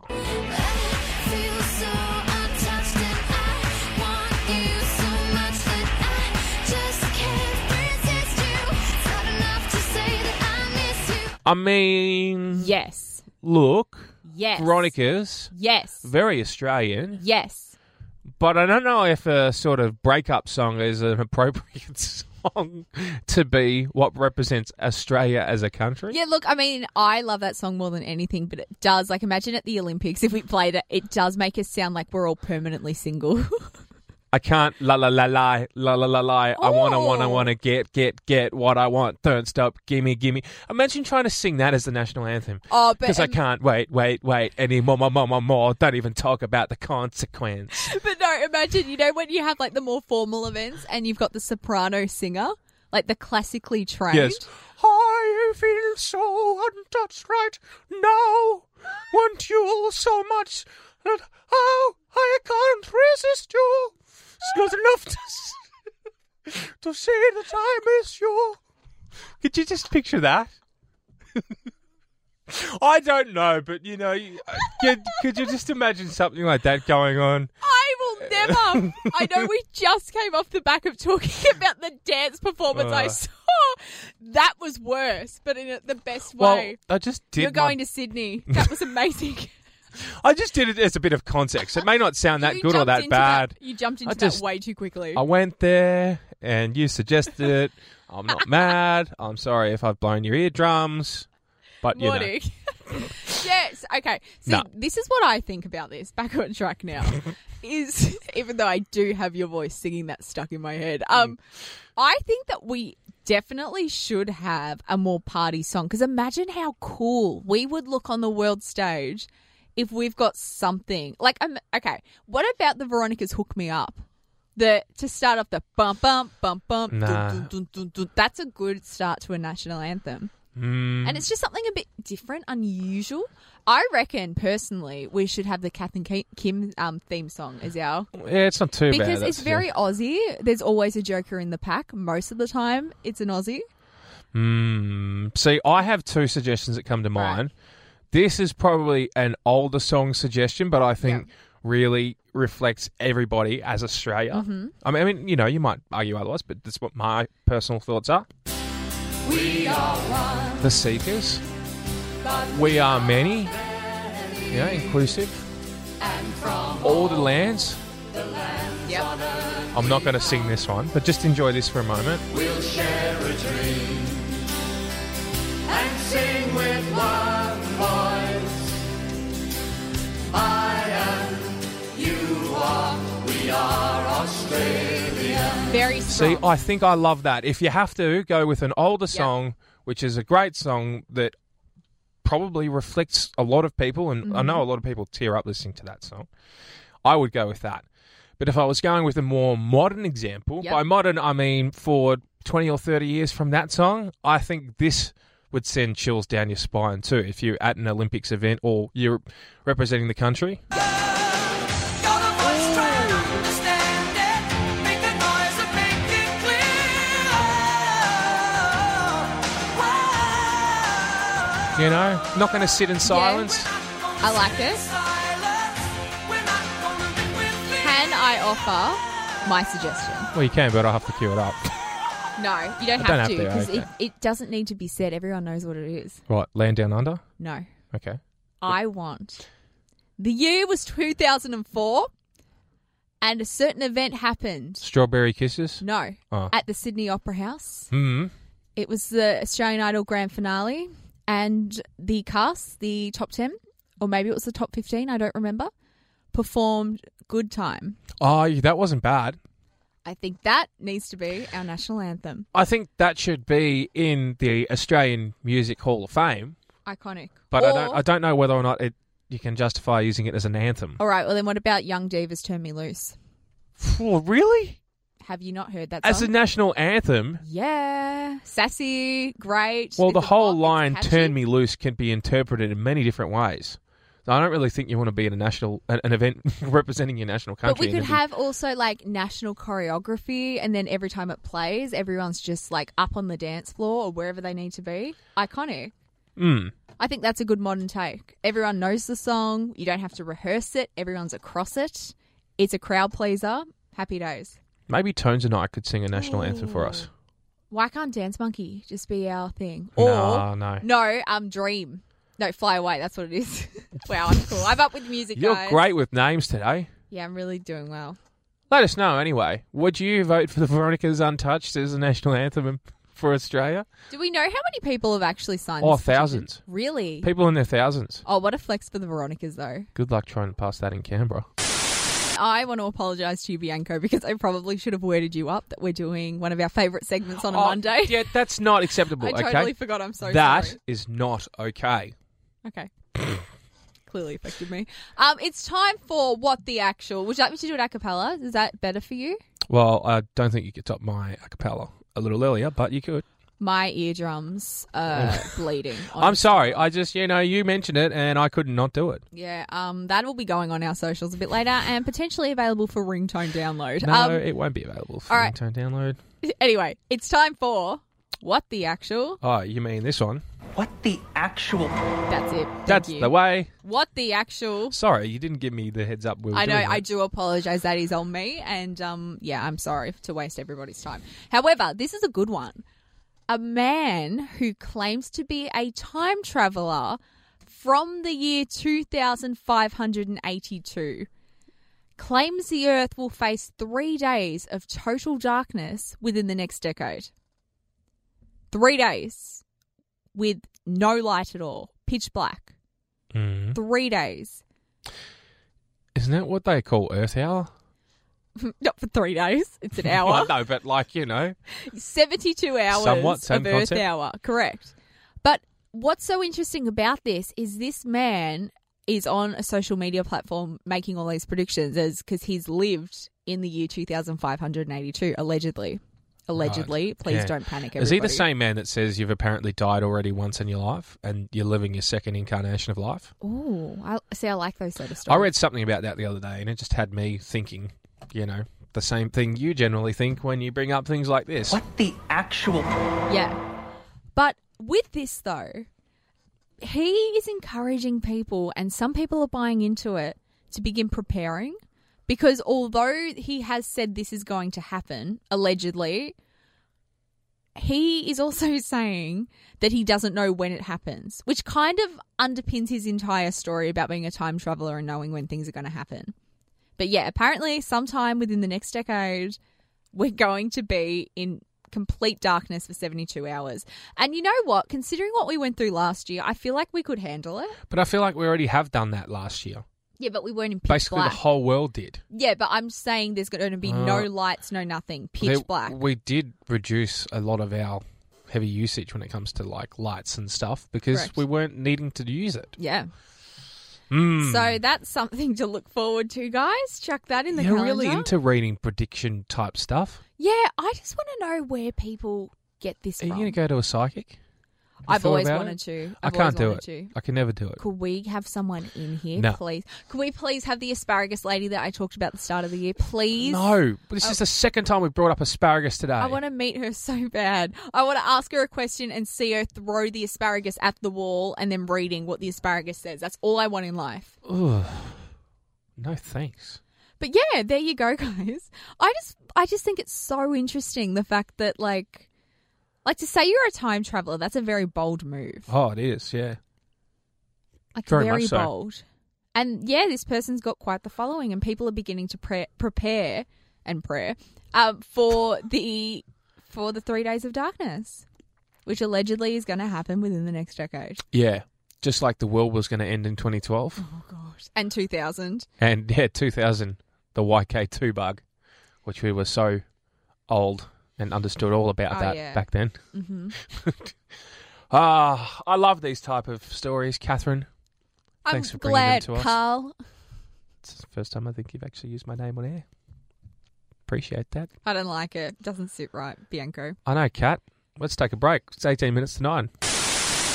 Feel so untouched and I want you so much that I just can't resist you. It's not enough to say that I I mean, Yes. look, Yes. Veronica's Yes. very Australian, Yes. but I don't know if a sort of breakup song is an appropriate song to be what represents Australia as a country. Yeah, look, I mean, I love that song more than anything, but it does, like, imagine at the Olympics if we played it, it does make us sound like we're all permanently single. I can't la la la la la la la la. I wanna Oh. wanna wanna get get get what I want. Don't stop. Gimme gimme. Imagine trying to sing that as the national anthem. Oh, but- because I can't wait wait wait anymore more more more more. Don't even talk about the consequence. But no, imagine, you know, when you have like the more formal events and you've got the soprano singer, like the classically trained. yes. I feel so untouched right now. Want you all so much that oh I can't resist you. It's not enough to s- to say that I miss you. Could you just picture that? I don't know, but you know, you- uh, could, could you just imagine something like that going on? I will never. I know we just came off the back of talking about the dance performance I Uh. saw. That was worse, but in a- the best way. Well, I just did. You're going to Sydney. That was amazing. I just did it as a bit of context. It may not sound that You good or jumped that into bad. you jumped into just- that way too quickly. I went there and you suggested it. I'm not mad. I'm sorry if I've blown your eardrums. But you know, Morning. yes. Okay. See, No. this is what I think about this. Back on track now. is even though I do have your voice singing that stuck in my head. Um, I think that we definitely should have a more party song because imagine how cool we would look on the world stage if we've got something like um, okay. What about the Veronica's "Hook Me Up"? The to start off the bump bump bump bump. dun, Nah. dun, dun, dun, dun. That's a good start to a national anthem mm, and it's just something a bit different, unusual. I reckon personally, we should have the Kath and Ki- Kim um, theme song as our yeah, it's not too bad. because it's that's- very Aussie. There's always a joker in the pack. Most of the time, it's an Aussie. Mm, see, I have two suggestions that come to Right. mind. This is probably an older song suggestion, but I think really reflects everybody as Australia. I, mean, I mean, you know, you might argue otherwise, but that's what my personal thoughts are. We are one. The Seekers. We are many. Yeah, inclusive. all the lands. Yep. I'm not going to sing this one, but just enjoy this for a moment. Very See, strong. I think I love that. If you have to go with an older Yeah. song, which is a great song that probably reflects a lot of people, and I know a lot of people tear up listening to that song, I would go with that. But if I was going with a more modern example, Yep. by modern I mean for 20 or 30 years from that song, I think this would send chills down your spine too if you're at an Olympics event or you're representing the country. You know, not going to sit in silence. I like it. Can I offer my suggestion? Well, you can, but I'll have to queue it up. No, you I don't have don't have to to, because okay. it, it doesn't need to be said. Everyone knows what it is. Right, land down under? No. Okay. I want. The year was 2004, and a certain event happened. Strawberry kisses? No, Oh. at the Sydney Opera House. Hmm. It was the Australian Idol grand finale, and the cast, the top 10, or maybe it was the top 15, I don't remember, performed Good Time. Oh, yeah, that wasn't bad. I think that needs to be our national anthem. I think that should be in the Australian Music Hall of Fame, Iconic. but I Or- don't. I don't know whether or not it you can justify using it as an anthem. All right, well, then what about Young Divas Turn Me Loose? Oh, really? Have you not heard that As a song? national anthem? Yeah, sassy, great. Well, It's the a whole pop, it's line catchy. "Turn Me Loose" can be interpreted in many different ways. I don't really think you want to be in a national an, an event representing your national country. But we and could everything. have also like national choreography, and then every time it plays, everyone's just like up on the dance floor or wherever they need to be. Iconic. Mm. I think that's a good modern take. Everyone knows the song. You don't have to rehearse it. Everyone's across it. It's a crowd pleaser. Happy days. Maybe Tones and I could sing a national anthem for us. why can't Dance Monkey just be our thing? No, Or no. no, um, Dream, no, Fly Away. That's what it is. wow, I'm cool. I'm up with music, You're guys. great with names today. Yeah, I'm really doing well. Let us know anyway. Would you vote for the Veronica's Untouched as a national anthem for Australia? Do we know how many people have actually signed? Oh, this petition? thousands. Really? People in their thousands. oh, what a flex for the Veronicas, though. Good luck trying to pass that in Canberra. I want to apologise to you, Bianco, because I probably should have worded you up that we're doing one of our favourite segments on a Monday. Oh, Yeah, that's not acceptable. I okay, totally forgot. I'm so That sorry. is not okay. Okay. Clearly affected me. Um, it's time for what the actual. Would you like me to do it a cappella? Is that better for you? Well, I don't think you could top my a cappella a little earlier, but you could. My eardrums are bleeding. Oh. I'm sorry. I just, you know, you mentioned it and I could not do it. Yeah, um, that will be going on our socials a bit later and potentially available for ringtone download. No, Um, it won't be available for all right. ringtone download. anyway, it's time for what the actual. Oh, you mean this one? What the actual? That's it. Thank that's you. the way. What the actual. Sorry, you didn't give me the heads up. We were I know. doing I that. do apologise. That is on me, and um, yeah, I'm sorry to waste everybody's time. However, this is a good one. A man who claims to be a time traveler from the year 2582 claims the Earth will face three days of total darkness within the next decade. Three days with no light at all, pitch black. Mm. Three days. Isn't that what they call Earth Hour? Not for three days. It's an hour. Well, no, but like you know, 72 hours Somewhat, same of Earth concept. Hour. Correct. But what's so interesting about this is this man is on a social media platform making all these predictions as because he's lived in the year 2582 allegedly. Allegedly, Right. please Yeah. don't panic. Everybody. is he the same man that says you've apparently died already once in your life and you're living your second incarnation of life? Ooh, I, see, I like those sort of I stories. read something about that the other day, and it just had me thinking, you know, the same thing you generally think when you bring up things like this. What the actual? Yeah. But with this, though, he is encouraging people, and some people are buying into it, to begin preparing. Because although he has said this is going to happen, allegedly, he is also saying that he doesn't know when it happens, which kind of underpins his entire story about being a time traveler and knowing when things are going to happen. But yeah, apparently, sometime within the next decade, we're going to be in complete darkness for 72 hours. And you know what? Considering what we went through last year, I feel like we could handle it. But I feel like we already have done that last year. Yeah, but we weren't in pitch Basically, black. the whole world did. yeah, but I'm saying there's going to be no Uh, lights, no nothing, pitch There- black. We did reduce a lot of our heavy usage when it comes to like lights and stuff because Correct. we weren't needing to use it. yeah. Mm. So that's something to look forward to, guys. Chuck that in the You're calendar. really into reading prediction type stuff. yeah, I just want to know where people get this Are you from. going to go to a psychic? Have you I've thought always about wanted it? to. I I've can't do it. always wanted to. I can never do it. Could we have someone in here, No. please? Could we please have the asparagus lady that I talked about at the start of the year, please? Oh. No, this is the second time we brought up asparagus today. I want to meet her so bad. I want to ask her a question and see her throw the asparagus at the wall and then reading what the asparagus says. That's all I want in life. Ugh. No thanks. But yeah, there you go, guys. I just I just think it's so interesting the fact that like like to say you're a time traveler, that's a very bold move. Oh, it is. Yeah. Like very very, much so. bold. And yeah, this person's got quite the following and people are beginning to pre- prepare and prayer um, for the for the 3 days of darkness, which allegedly is going to happen within the next decade. Yeah. Just like the world was going to end in 2012, Oh gosh. And 2000. and yeah, 2000, the YK2 bug, which we were so old and understood all about Oh, that yeah. Mm-hmm. back then. Ah, I love these type of stories, Catherine. Thanks for I'm bringing them glad, to us. Carl. It's the first time I think you've actually used my name on air. Appreciate that. I don't like it. Doesn't sit right, Bianco. I know, Kat. Let's take a break. It's 18 minutes to nine.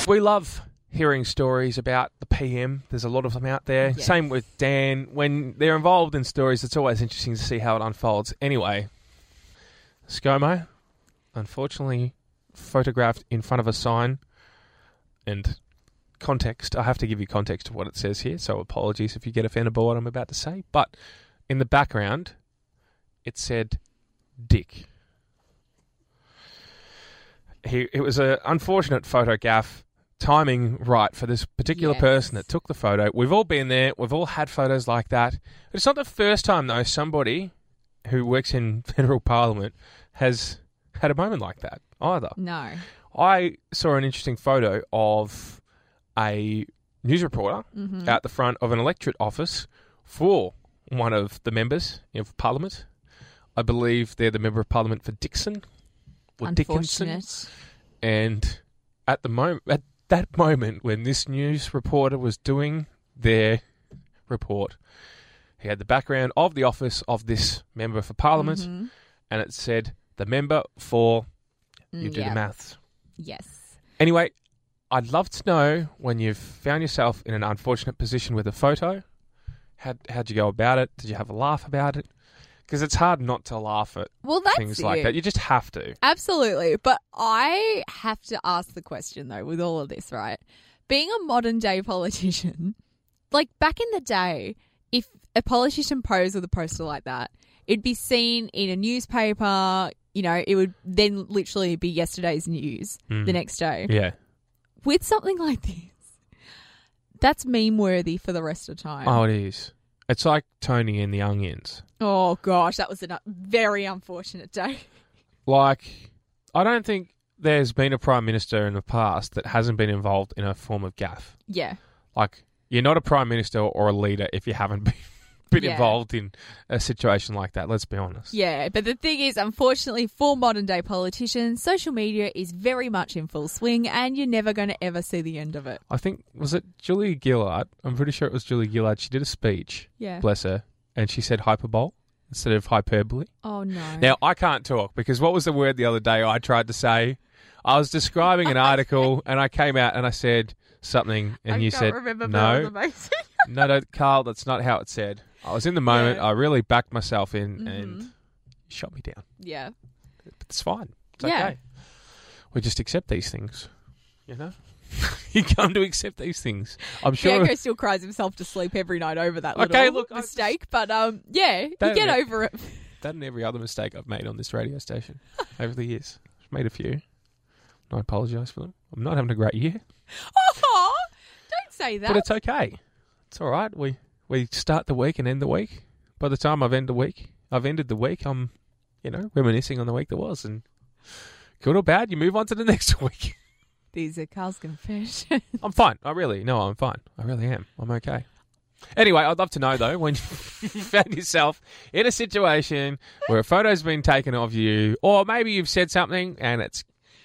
We love hearing stories about the PM. There's a lot of them out there. Yes. Same with Dan. When they're involved in stories, it's always interesting to see how it unfolds. Anyway, ScoMo, unfortunately, photographed in front of a sign and context. I have to give you context to what it says here, so apologies if you get offended by what I'm about to say. But in the background, it said dick. he it was a unfortunate photo gaff timing right for this particular Yes. person that took the photo. We've all been there. We've all had photos like that. But it's not the first time though somebody who works in federal parliament has had a moment like that either. No. I saw an interesting photo of a news reporter Mm-hmm. out the front of an electorate office for one of the members of parliament. I believe they're the member of parliament for Dixon or Dickinson. Unfortunate. And at the moment, at that moment when this news reporter was doing their report, he had the background of the office of this member for parliament, Mm-hmm. and it said the member for. You Mm, do yeah. the maths. Yes. Anyway, I'd love to know when you've found yourself in an unfortunate position with a photo. How how'd you go about it? Did you have a laugh about it? Because it's hard not to laugh at Well, that's things like it. that. You just have to. Absolutely. But I have to ask the question, though, with all of this, right? Being a modern day politician, like back in the day, if a politician posed with a poster like that, it'd be seen in a newspaper. You know, it would then literally be yesterday's news the next day. Hmm. Yeah. With something like this, that's meme worthy for the rest of time. Oh, it is. It's like Tony and the Onions. Oh, gosh, that was a very unfortunate day. Like, I don't think there's been a prime minister in the past that hasn't been involved in a form of gaff. yeah. Like, you're not a prime minister or a leader if you haven't been, been Yeah. involved in a situation like that. Let's be honest. Yeah, but the thing is, unfortunately, for modern day politicians, social media is very much in full swing and you're never going to ever see the end of it. I think was it Julie Gillard? I'm pretty sure it was Julie Gillard. She did a speech, Yeah. bless her, and she said hyperbole instead of hyperbole. Oh, no. Now I can't talk because what was the word the other day I tried to say? I was describing an article and I came out and I said something and you said no, no, no, Carl, that's not how it said. I was in the moment. Yeah. Mm-hmm. I really backed myself in and you shot me down. yeah. But it's fine. It's Yeah. okay. We just accept these things, you know. you come to accept these things. I'm sure. Bianco still cries himself to sleep every night over that little Okay, look, I just- mistake, but um, yeah, you Don't get re- over it. That and every other mistake I've made on this radio station over the years. I've made a few. I apologise for them. I'm not having a great year, Aw, don't say that. but it's okay. It's all right. We we start the week and end the week. By the time I've ended the week, I've ended the week. I'm, you know, reminiscing on the week that was, and good or bad, you move on to the next week. These are Carl's confessions. I'm fine. I really no, I'm fine. I really am. I'm okay. Anyway, I'd love to know though when you found yourself in a situation where a photo's been taken of you, or maybe you've said something and it's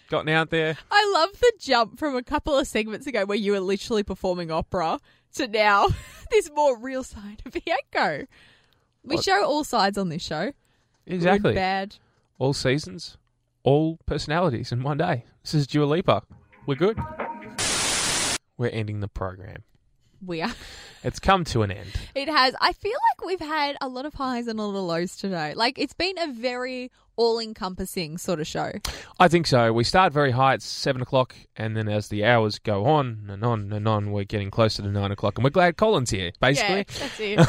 gotten out there. I love the jump from a couple of segments ago where you were literally performing opera to now this more real side of Bianco. We show all sides on this show. Good, Exactly. bad. All seasons, all personalities in one day. This is Dua Lipa. We're good. We're ending the program. We are. It's come to an end. It has. I feel like we've had a lot of highs and a lot of lows today. Like it's been a very all-encompassing sort of show. I think so. We start very high at seven o'clock, and then as the hours go on and on and on, we're getting closer to nine o'clock, and we're glad Colin's here, Yeah, basically, that's it.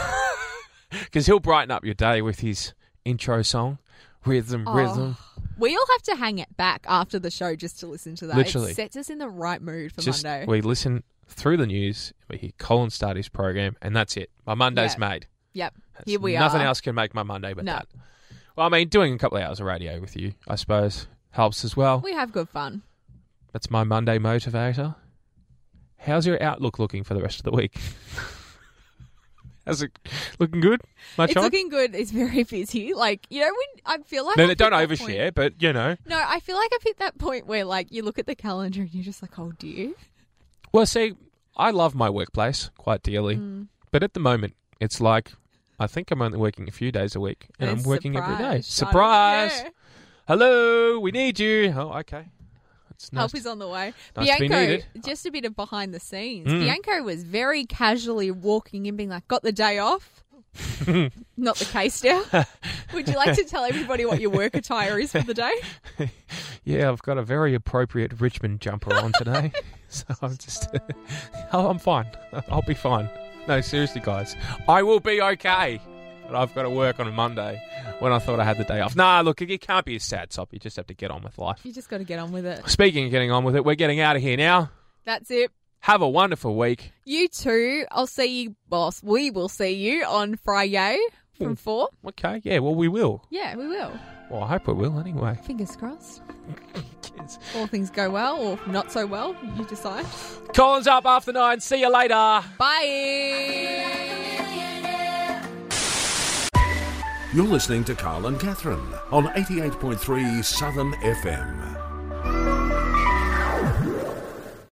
because he'll brighten up your day with his intro song, rhythm, Oh, rhythm. we all have to hang it back after the show just to listen to that. Literally. it sets us in the right mood for Just Monday. we listen through the news, we hear Colin start his program, and that's it. My Monday's Yeah. made. yep. That's- Here we Nothing are. else can make my Monday but No. that. Well, I mean, doing a couple of hours of radio with you, I suppose, helps as well. We have good fun. That's my Monday motivator. How's your outlook looking for the rest of the week? How's it looking good? Much It's on? looking good. It's very busy. Like you know, when I feel like no, I've no, hit don't that overshare, point- but you know. No, I feel like I've hit that point where like you look at the calendar and you're just like, oh dear. Well, see, I love my workplace quite dearly, Mm. but at the moment, it's like I think I'm only working a few days a week, and I'm It's working every day. Shut up. Surprise! Oh, Yeah. Hello, we need you. Oh, okay. It's nice. Help is on the way. nice to be Bianco, needed. Mm. just a bit of behind the scenes. Bianco was very casually walking in, being like, "Got the day off." Not the case now. Would you like to tell everybody what your work attire is for the day? Yeah, I've got a very appropriate Richmond jumper on today. so I'm just. oh, I'm fine. I'll be fine. No, seriously, guys. I will be okay. but I've got to work on a Monday when I thought I had the day off. Nah, look, you can't be a sad sop. You just have to get on with life. You just got to get on with it. Speaking of getting on with it, we're getting out of here now. That's it. Have a wonderful week. You too. I'll see you, boss. We will see you on Friday from four. Okay, yeah, well, we will. Hmm. Yeah, we will. Well, I hope we will anyway. Fingers crossed. Cheers. All things go well or not so well. You decide. Collins up after nine. See you later. Bye. You're listening to Carl and Catherine on 88.3 Southern FM.